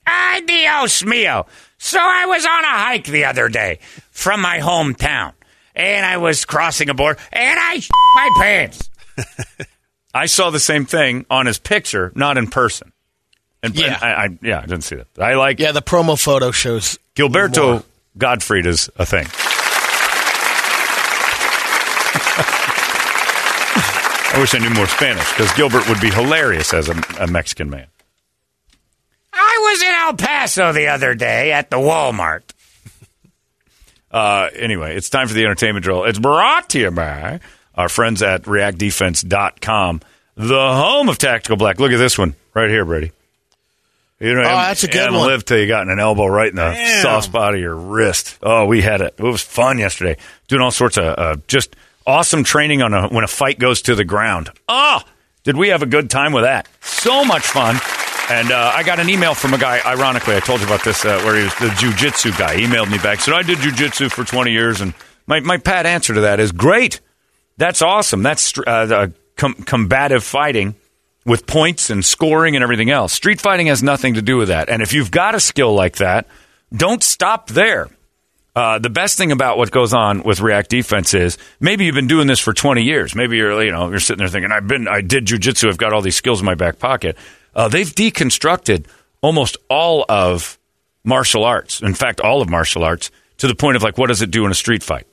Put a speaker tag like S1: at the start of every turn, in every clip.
S1: Ay, Dios mío. So I was on a hike the other day from my hometown, and I was crossing a border, and I shit my pants.
S2: I saw the same thing on his picture, not in person. And,
S3: Yeah.
S2: and I, I, yeah, I didn't see that. I like
S3: Yeah, the promo photo shows.
S2: Gilberto
S3: more.
S2: Gottfried is a thing. I wish I knew more Spanish because Gilbert would be hilarious as a, a Mexican man.
S1: I was in El Paso the other day at the Walmart.
S2: Uh, anyway, it's time for the entertainment drill. It's brought to you by our friends at reactdefense.com, the home of tactical black. Look at this one right here, Brady. You know,
S3: Oh, that's a
S2: you
S3: good
S2: haven't
S3: one.
S2: lived till you gotten an elbow right in the soft spot of your wrist. Oh, we had it. It was fun yesterday doing all sorts of uh, just awesome training on a, when a fight goes to the ground. Oh, did we have a good time with that? So much fun. And uh, I got an email from a guy. Ironically, I told you about this, uh, where he was the jujitsu guy. He emailed me back said I did jujitsu for twenty years, and my my pat answer to that is great. That's awesome. That's str- uh, the com- combative fighting with points and scoring and everything else. Street fighting has nothing to do with that. And if you've got a skill like that, don't stop there. Uh, the best thing about what goes on with React Defense is maybe you've been doing this for 20 years. Maybe you're you know you're sitting there thinking I've been I did jujitsu. I've got all these skills in my back pocket. Uh, they've deconstructed almost all of martial arts. In fact, all of martial arts to the point of like what does it do in a street fight?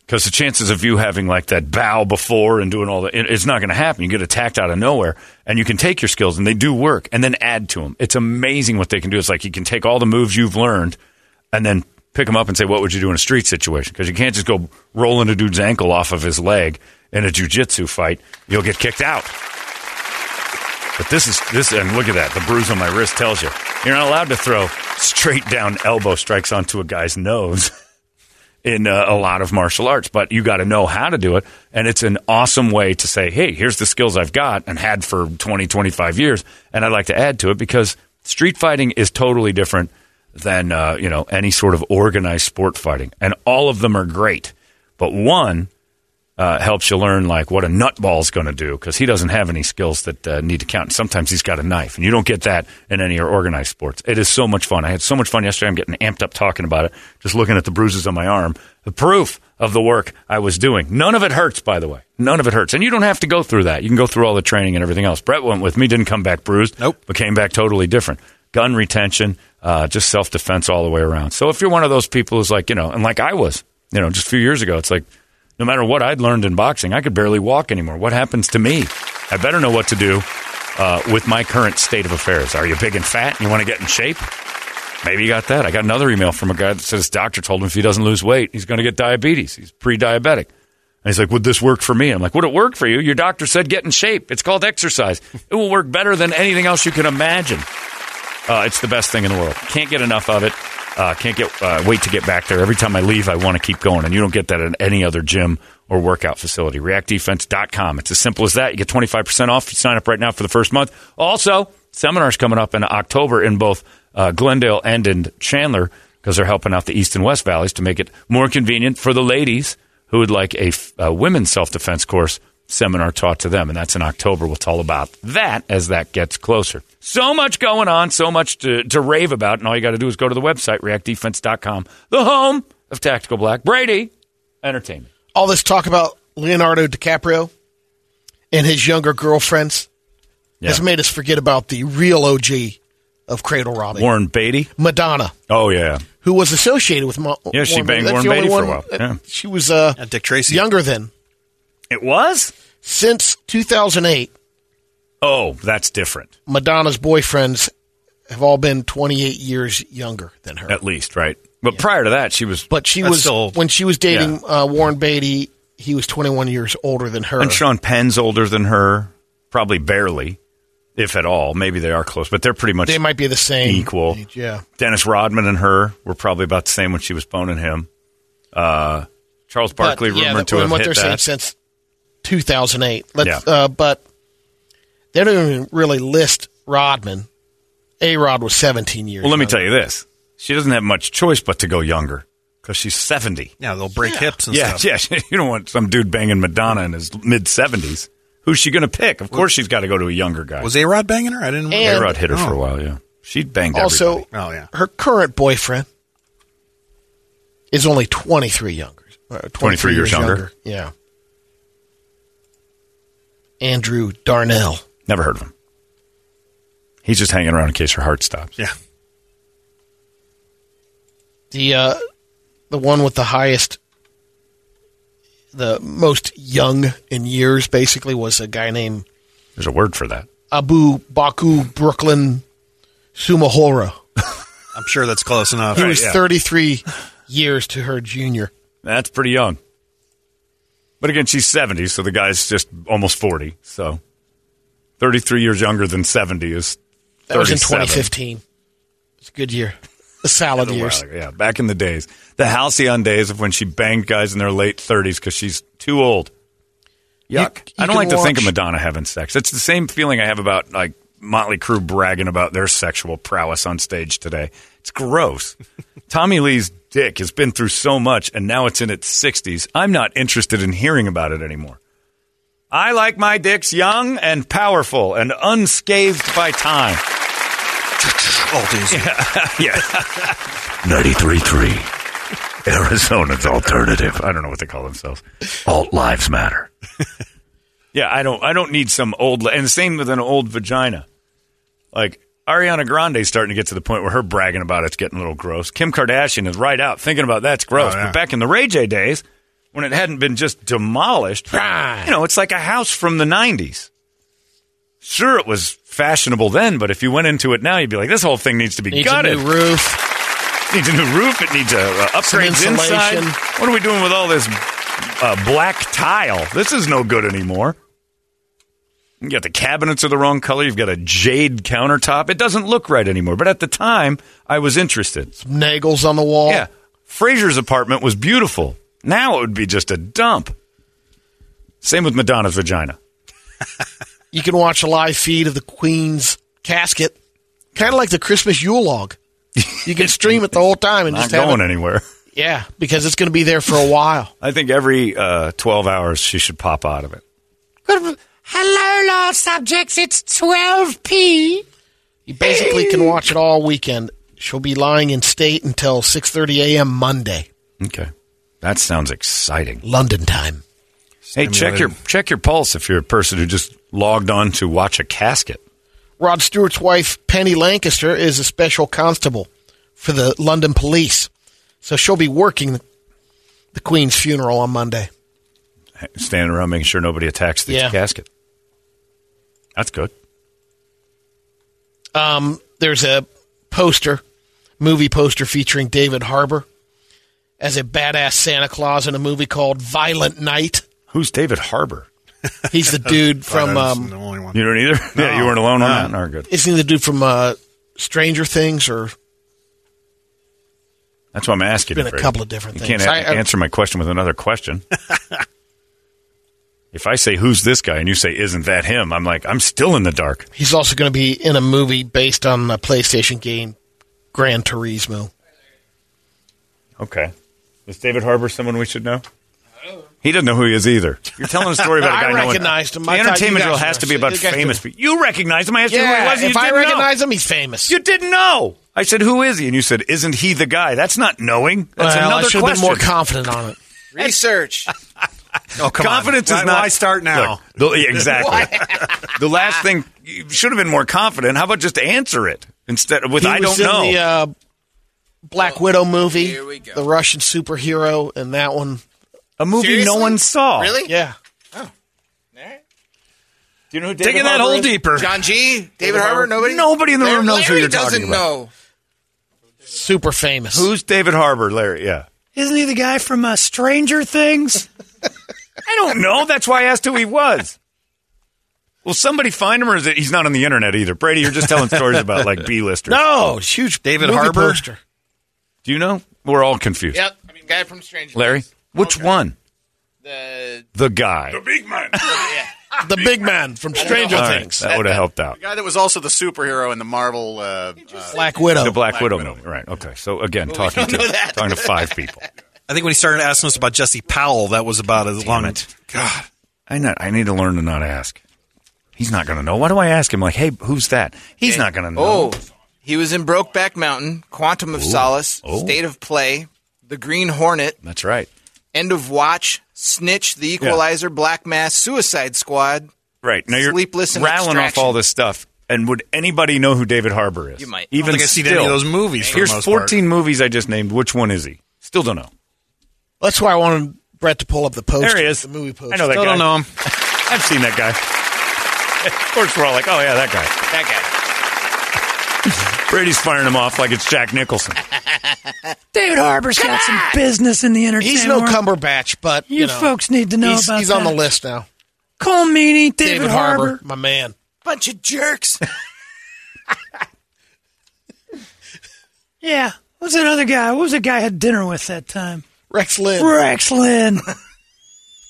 S2: because the chances of you having like that bow before and doing all that, it, it's not going to happen. You get attacked out of nowhere, and you can take your skills, and they do work, and then add to them. It's amazing what they can do. It's like you can take all the moves you've learned, and then pick them up and say, "What would you do in a street situation?" Because you can't just go rolling a dude's ankle off of his leg in a jujitsu fight; you'll get kicked out. But this is this, and look at that. The bruise on my wrist tells you you're not allowed to throw straight down elbow strikes onto a guy's nose in uh, a lot of martial arts, but you got to know how to do it. And it's an awesome way to say, hey, here's the skills I've got and had for 20, 25 years, and I'd like to add to it because street fighting is totally different than uh, you know any sort of organized sport fighting, and all of them are great, but one. Uh, helps you learn like what a nutball's going to do because he doesn't have any skills that uh, need to count. Sometimes he's got a knife, and you don't get that in any or organized sports. It is so much fun. I had so much fun yesterday. I'm getting amped up talking about it, just looking at the bruises on my arm, the proof of the work I was doing. None of it hurts, by the way. None of it hurts, and you don't have to go through that. You can go through all the training and everything else. Brett went with me, didn't come back bruised.
S3: Nope.
S2: but came back totally different. Gun retention, uh, just self defense all the way around. So if you're one of those people who's like, you know, and like I was, you know, just a few years ago, it's like, no matter what I'd learned in boxing, I could barely walk anymore. What happens to me? I better know what to do uh, with my current state of affairs. Are you big and fat and you want to get in shape? Maybe you got that. I got another email from a guy that says his doctor told him if he doesn't lose weight, he's going to get diabetes. He's pre diabetic. And he's like, Would this work for me? I'm like, Would it work for you? Your doctor said get in shape. It's called exercise. It will work better than anything else you can imagine. Uh, it's the best thing in the world. Can't get enough of it. Uh, can't get uh, wait to get back there. Every time I leave, I want to keep going, and you don't get that at any other gym or workout facility. ReactDefense.com. It's as simple as that. You get 25% off if you sign up right now for the first month. Also, seminars coming up in October in both uh, Glendale and in Chandler because they're helping out the East and West Valleys to make it more convenient for the ladies who would like a, f- a women's self defense course seminar taught to them. And that's in October. We'll tell about that as that gets closer. So much going on, so much to, to rave about. And all you got to do is go to the website, reactdefense.com, the home of Tactical Black. Brady, entertainment.
S3: All this talk about Leonardo DiCaprio and his younger girlfriends
S2: Yeah.
S3: has made us forget about the real OG of cradle robbing,
S2: Warren Beatty.
S3: Madonna,
S2: Oh, yeah.
S3: who was associated with. Mo-
S2: Yeah, she
S3: Warren
S2: banged
S3: That's
S2: Warren
S3: the only
S2: Beatty for a
S3: one-
S2: while. Yeah.
S3: She was uh,
S4: Yeah, Dick Tracy.
S3: younger than
S2: It was?
S3: since 2008.
S2: Oh, that's different,
S3: Madonna's boyfriends have all been 28 years younger than her.
S2: at least, right? But prior to that, she was.
S3: But she
S4: That's
S3: was
S4: still-
S3: when she was dating uh, Warren Beatty. He was 21 years older than her.
S2: And Sean Penn's older than her, probably barely, if at all. Maybe they are close, but they're pretty much
S3: They might be the same
S2: equal.
S3: age, yeah,
S2: Dennis Rodman and her were probably about the same when she was boning him. Uh, Charles Barkley
S3: But, yeah,
S2: rumored
S3: that-
S2: to
S3: and
S2: have
S3: what
S2: hit
S3: they're saying
S2: that.
S3: since 2008. Let's,
S2: Yeah.
S3: uh, but they don't even really list Rodman. A Rod was 17 years.
S2: well, let me
S3: younger.
S2: tell you this: she doesn't have much choice but to go younger because she's seventy.
S4: Yeah, they'll break hips and
S2: Yeah,
S4: stuff.
S2: yeah. You don't want some dude banging Madonna in his mid seventies. Who's she going to pick? Of course, she's got to go to a younger guy.
S4: Was A Rod banging her? I didn't.
S3: And-
S2: Rod hit her for a
S4: Oh.
S2: while? Yeah, she banged
S3: Also,
S2: everybody.
S4: Oh yeah.
S3: her current boyfriend is only 23 younger. uh, 23,
S2: 23 years younger.
S3: Yeah. Andrew Darnell.
S2: Never heard of him. He's just hanging around in case her heart stops.
S4: Yeah.
S3: the uh, the one with the highest, the most young in years, basically, was a guy named
S2: There's a word for that.
S3: Abu Baku Brooklyn Sumahora.
S4: I'm sure that's close enough.
S3: He was
S2: yeah.
S3: 33 years to her junior.
S2: That's pretty young. But again, she's 70, so the guy's just almost 40. So 33 years younger than 70 is
S3: That was in
S2: 37.
S3: 2015. It's a good year. The salad
S2: A while
S3: years.
S2: ago. Yeah, back in the days. The halcyon days of when she banged guys in their late 30s because she's too old.
S3: You-
S2: Yuck.
S3: you
S2: I don't like
S3: can
S2: to think of
S3: watch-
S2: Madonna having sex. It's the same feeling I have about like Motley Crue bragging about their sexual prowess on stage today. It's gross. Tommy Lee's dick has been through so much and now it's in its 60s. I'm not interested in hearing about it anymore. I like my dicks young and powerful and unscathed by time.
S4: Oh, geez.
S2: Yeah. 93.3. Arizona's alternative. I don't know what they call themselves. Alt lives matter. yeah, I don't. I don't need some old. li- And same with an old vagina. Like Ariana Grande's starting to get to the point where her bragging about it's getting a little gross. Kim Kardashian is right out thinking about that's gross.
S4: Oh, yeah.
S2: But back in the Ray J days, when it hadn't been just demolished, you know, it's like a house from the '90s. Sure, it was fashionable then, but if you went into it now, you'd be like, "This whole thing needs to be
S3: Needs
S2: gutted."
S3: a new roof.
S2: needs a new roof. It needs a uh, upgrades inside.
S3: insulation.
S2: What are we doing with all this uh, black tile? This is no good anymore. You got the cabinets are the wrong color. You've got a jade countertop. It doesn't look right anymore. But at the time, I was interested.
S3: Nagels on the wall.
S2: Yeah, Fraser's apartment was beautiful. Now it would be just a dump. Same with Madonna's vagina.
S3: You can watch a live feed of the Queen's casket. Kind of like the Christmas Yule log. You can stream it the whole time and
S2: Not
S3: just have
S2: going
S3: it.
S2: anywhere.
S3: Yeah, because it's going to be there for a while.
S2: I think every uh, 12 hours she should pop out of it.
S1: Hello, law subjects. It's 12p.
S3: You basically can watch it all weekend. She'll be lying in state until 6:30 a.m. Monday,
S2: Okay. That sounds exciting.
S3: London time.
S2: Hey, check your check your pulse if you're a person who just logged on to watch a casket.
S3: Rod Stewart's wife, Penny Lancaster, is a special constable for the London police. So she'll be working the Queen's funeral on Monday.
S2: Standing around making sure nobody attacks the
S3: Yeah.
S2: casket. That's good.
S3: Um, there's a poster, movie poster featuring David Harbour as a badass Santa Claus in a movie called Violent Night.
S2: Who's David Harbor?
S3: He's the dude from
S4: That's
S3: um,
S4: the only one.
S2: You don't either? yeah, you weren't alone on
S4: No.
S2: that? No, good.
S3: isn't he the dude from uh, Stranger Things or
S2: That's what I'm asking.
S3: been
S2: you,
S3: a
S2: Brady.
S3: couple of different
S2: You
S3: things.
S2: can't a-
S3: I- I-
S2: answer my question with another question. if I say, who's this guy? And you say, isn't that him? I'm like, I'm still in the dark.
S3: He's also going to be in a movie based on a PlayStation game, Gran Turismo.
S2: Okay. Is David Harbor someone we should know? He doesn't know who he is either. You're telling a story about a
S3: I
S2: guy. no
S3: recognized
S2: one,
S3: him.
S2: The
S3: I thought you
S2: entertainment
S3: guys
S2: drill has
S3: were-
S2: to be about
S3: you guys
S2: famous people. You recognized him. I asked you who he was. And you
S3: if I
S2: didn't know.
S3: recognize him, he's famous.
S2: you didn't know. I said, "Who is he?" And you said, "Isn't he the guy?" That's not knowing. That's
S3: well, I
S2: another
S3: should have been
S2: question.
S3: more confident on it.
S5: Research.
S4: Oh, come on.
S2: confidence
S4: why,
S2: is not.
S4: Why start now?
S2: Look, the- yeah, exactly. the last thing you should have been more confident. How about just answer it instead of with
S3: He
S2: "I
S3: was
S2: don't
S3: in
S2: know"?
S3: the uh, Black Widow movie,
S5: here we go.
S3: the Russian superhero, and that one.
S2: a movie no
S5: Seriously?
S2: one saw.
S5: Really?
S3: Yeah,
S2: Do you know who David
S4: Digging that
S2: Harbour is?
S4: hole deeper.
S5: John G. David, Harbour. Nobody.
S2: Nobody in the
S5: Larry,
S2: room knows who
S5: Larry
S2: you're talking
S5: doesn't
S2: about.
S5: know.
S3: super famous.
S2: Who's David Harbour, Larry? Yeah. Isn't he the guy from uh, Stranger Things? I don't know. That's why I asked who he was. Will somebody find him, or is it he's not on the internet either? Brady, you're just telling stories about like B-listers.
S3: No, it's huge.
S4: David
S3: movie
S4: Harbour?
S3: poster.
S2: Do you know? We're all confused.
S5: Yep. I mean, guy from Stranger.
S2: Larry,
S5: Things.
S2: which one?
S5: The
S2: The guy.
S6: Big man.
S3: the big man from Stranger
S2: All right,
S3: Things,
S2: That would have helped out.
S5: guy that was also the superhero in the Marvel. Uh, uh,
S3: Black Widow.
S2: The Black, Widow, movie. Right. Okay. So again, talking to talking to five people.
S4: I think when he started asking us about Jesse Powell, that was about as long as.
S2: God, I not, I need to learn to not ask. He's not going to know. Why do I ask him? Like, hey, who's that? He's not going to know.
S5: oh, he was in Brokeback Mountain, Quantum of Solace,
S2: Oh.
S5: State of Play, The Green Hornet,
S2: That's right.
S5: End of Watch, Snitch, The Equalizer, Black Mass, Suicide Squad.
S2: Right. Now you're
S5: Sleepless and
S2: rattling off
S5: Extraction.
S2: all this stuff. And would anybody know who David Harbour is?
S5: You might. I don't
S2: Even
S4: think I've seen
S2: still,
S4: any of those movies for the
S2: Here's
S4: most part.
S2: 14 movies I just named. Which one is he? Still don't know.
S3: That's why I wanted Brett to pull up the poster.
S2: There he is.
S3: The movie poster.
S2: I know that
S4: Still
S2: guy.
S4: don't know him.
S2: I've seen that guy. of course, we're all like, oh yeah, that guy.
S5: That
S2: Brady's firing him off like it's Jack Nicholson.
S7: David Harbor's got some business in the entertainment.
S3: He's no
S7: world.
S3: Cumberbatch, but you,
S7: You
S3: know,
S7: folks need to know
S3: he's,
S7: about
S3: he's on the
S7: that.
S3: list now.
S7: Cole Meany, David,
S3: David, Harbour,
S7: Harbor.
S3: my man.
S5: bunch of jerks.
S7: Yeah. What's that other guy? What was the guy I had dinner with that time?
S3: Rex Lynn.
S7: Rex Lynn.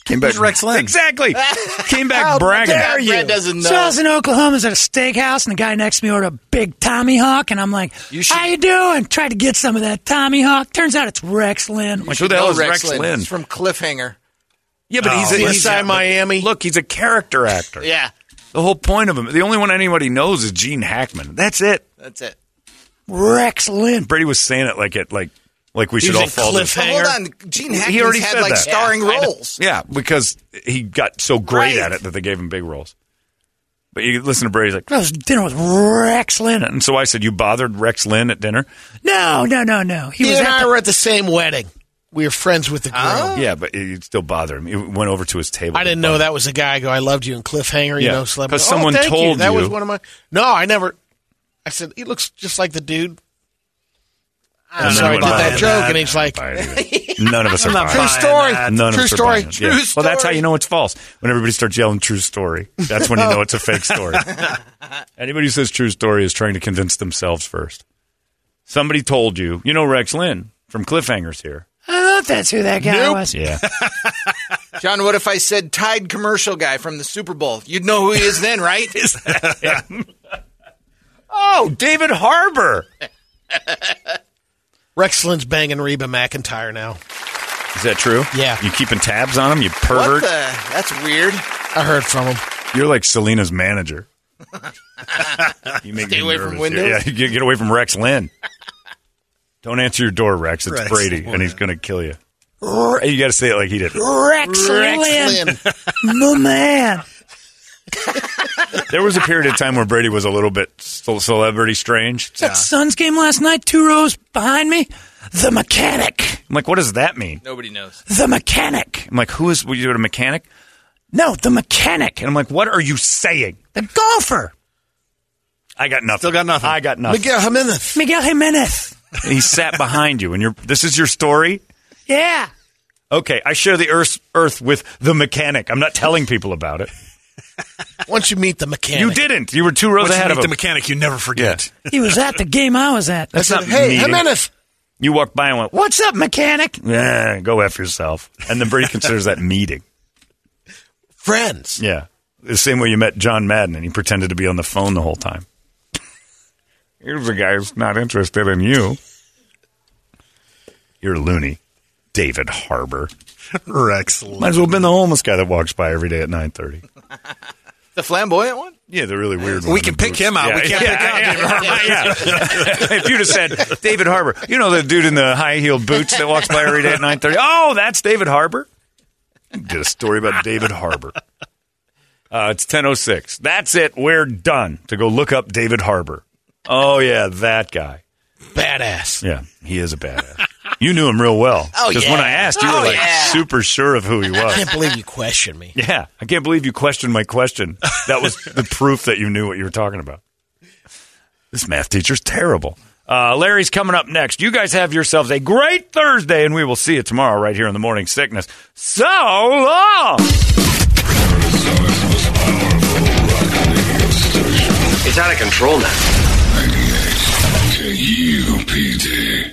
S2: Came back
S4: Rex Lynn.
S2: Exactly. Came back bragging.
S3: dare you?
S5: Brad doesn't know.
S7: So I was in Oklahoma, I was at a steakhouse, and the guy next to me ordered a big Tommy Hawk, and I'm like, "How you doing?" Tried to get some of that Tommy Hawk. Turns out it's Rex Lynn.
S2: Like, who the hell is
S5: No,
S2: Rex, Lynn?
S5: It's from Cliffhanger.
S2: Yeah, but he's, a, Oh, he's
S3: Inside
S2: a-
S3: Miami.
S2: Look, he's a character actor.
S5: Yeah,
S2: The whole point of him, the only one anybody knows is Gene Hackman. That's it.
S5: that's it.
S7: Rex Lynn.
S2: Brady was saying it like it like like we
S3: He
S2: should
S3: was
S2: all
S3: in
S2: fall to-
S3: Cliffhanger.
S5: But hold on, Gene Hackman's
S2: already
S5: had
S2: said
S5: like
S2: that.
S5: starring roles.
S2: Yeah, because he got so great
S5: Right.
S2: at it that they gave him big roles. But you listen to Brady's like,
S7: I was at dinner with Rex Lynn.
S2: and so I said, you bothered Rex Lynn at dinner.
S7: No, no, no, no. He
S3: He
S7: was
S3: and
S7: at
S3: I
S7: the, Oh.
S3: were at the same wedding. We were friends with the groom.
S2: Yeah, but it still bothered him. He went over to his table.
S3: I didn't know that was a guy. I go, I loved you in Cliffhanger. You
S2: Yeah,
S3: know, celebrity.
S2: 'cause
S3: Oh,
S2: someone
S3: thank you.
S2: told
S3: that
S2: you.
S3: was one of my. No, I never. I said he looks just like the dude. I'm
S2: And then
S3: sorry, I
S2: he
S3: did
S2: went,
S3: that
S2: "Nah,
S3: joke,
S2: nah,
S3: and he's
S2: nah,
S3: like,
S2: buy it either." none of us are buying.
S3: "True
S2: it.
S3: story,
S2: None
S3: true
S2: of us are
S3: story,
S2: buying it. Yeah.
S3: true
S2: Well, that's how
S3: story."
S2: you know it's false. When everybody starts yelling "true story," that's when you know it's a fake story. Anybody who says "true story" is trying to convince themselves first. Somebody told you. You know Rex Lynn from Cliffhangers here.
S7: I thought that's who that guy was.
S2: Yeah,
S5: John, what if I said Tide commercial guy from the Super Bowl? You'd know who he is then, right?
S2: Oh, David Harbor.
S3: Rex Lynn's banging Reba McIntyre now.
S2: Is that true?
S3: Yeah.
S2: You keeping tabs on him? You
S5: what
S2: pervert.
S5: the? That's weird.
S3: I heard from him.
S2: You're like Selena's manager. you make
S5: Stay
S2: me
S5: away
S2: nervous
S5: from
S2: here.
S5: windows?
S2: Yeah, get, get away from Rex Lynn. Don't answer your door, Rex. It's
S4: Rex
S2: Brady, and he's going to kill you. Rrr, You got to say it like he did.
S7: Rex, Lynn,
S3: Lynn.
S7: my man.
S2: There was a period of time where Brady was a little bit ce- celebrity strange.
S7: That Suns game last night, two rows behind me. The mechanic.
S2: I'm like, what does that mean?
S5: Nobody knows.
S7: The mechanic.
S2: I'm like, who is? Were you a mechanic?
S7: No, the mechanic.
S2: And I'm like, what are you saying?
S7: The golfer.
S2: I got nothing.
S4: Still got nothing.
S2: I got nothing.
S3: Miguel Jimenez.
S7: Miguel Jimenez.
S2: he sat behind you, and you're. This is your story.
S7: Yeah.
S2: Okay, I share the earth earth with the mechanic. I'm not telling people about it.
S3: Once you meet the mechanic,
S2: You didn't. You were two rows
S4: Once you
S2: ahead of
S4: meet the
S2: him.
S4: mechanic, you never forget.
S7: He was at the game I was at.
S2: That's not
S3: Hey,
S2: meeting.
S3: Jimenez.
S2: You walked by and went,
S7: What's up, mechanic?
S2: yeah, go F yourself. And then Brady considers that meeting.
S3: Friends.
S2: Yeah. The same way you met John Madden and he pretended to be on the phone the whole time. Here's a guy who's not interested in you. You're loony. David Harbor.
S4: Rex.
S2: Might as well have been the homeless guy that walks by every day at nine thirty.
S5: The flamboyant one?
S2: Yeah, the really weird.
S4: We can pick him out. Uh, we can't pick out David Harbour.
S2: Yeah. if you'd have said David Harbor, you know the dude in the high heeled boots that walks by every day at nine thirty. Oh, that's David Harbor. Did a story about David Harbor. Uh, it's ten oh six. That's it. We're done. To go look up David Harbor. Oh yeah, that guy.
S3: Badass.
S2: Yeah, he is a badass. You knew him real well.
S5: Oh,
S2: Because
S5: yeah.
S2: when I asked, you were
S5: Oh,
S2: like
S5: yeah.
S2: super sure of who he
S3: I
S2: was.
S3: can't believe you question me.
S2: Yeah, I can't believe you questioned my question. That was the proof that you knew what you were talking about. This math teacher's terrible. Uh, Larry's coming up next. You guys have yourselves a great Thursday, and we will see you tomorrow right here in the morning sickness. So long.
S8: It's out of control now.
S6: 98 KUPD.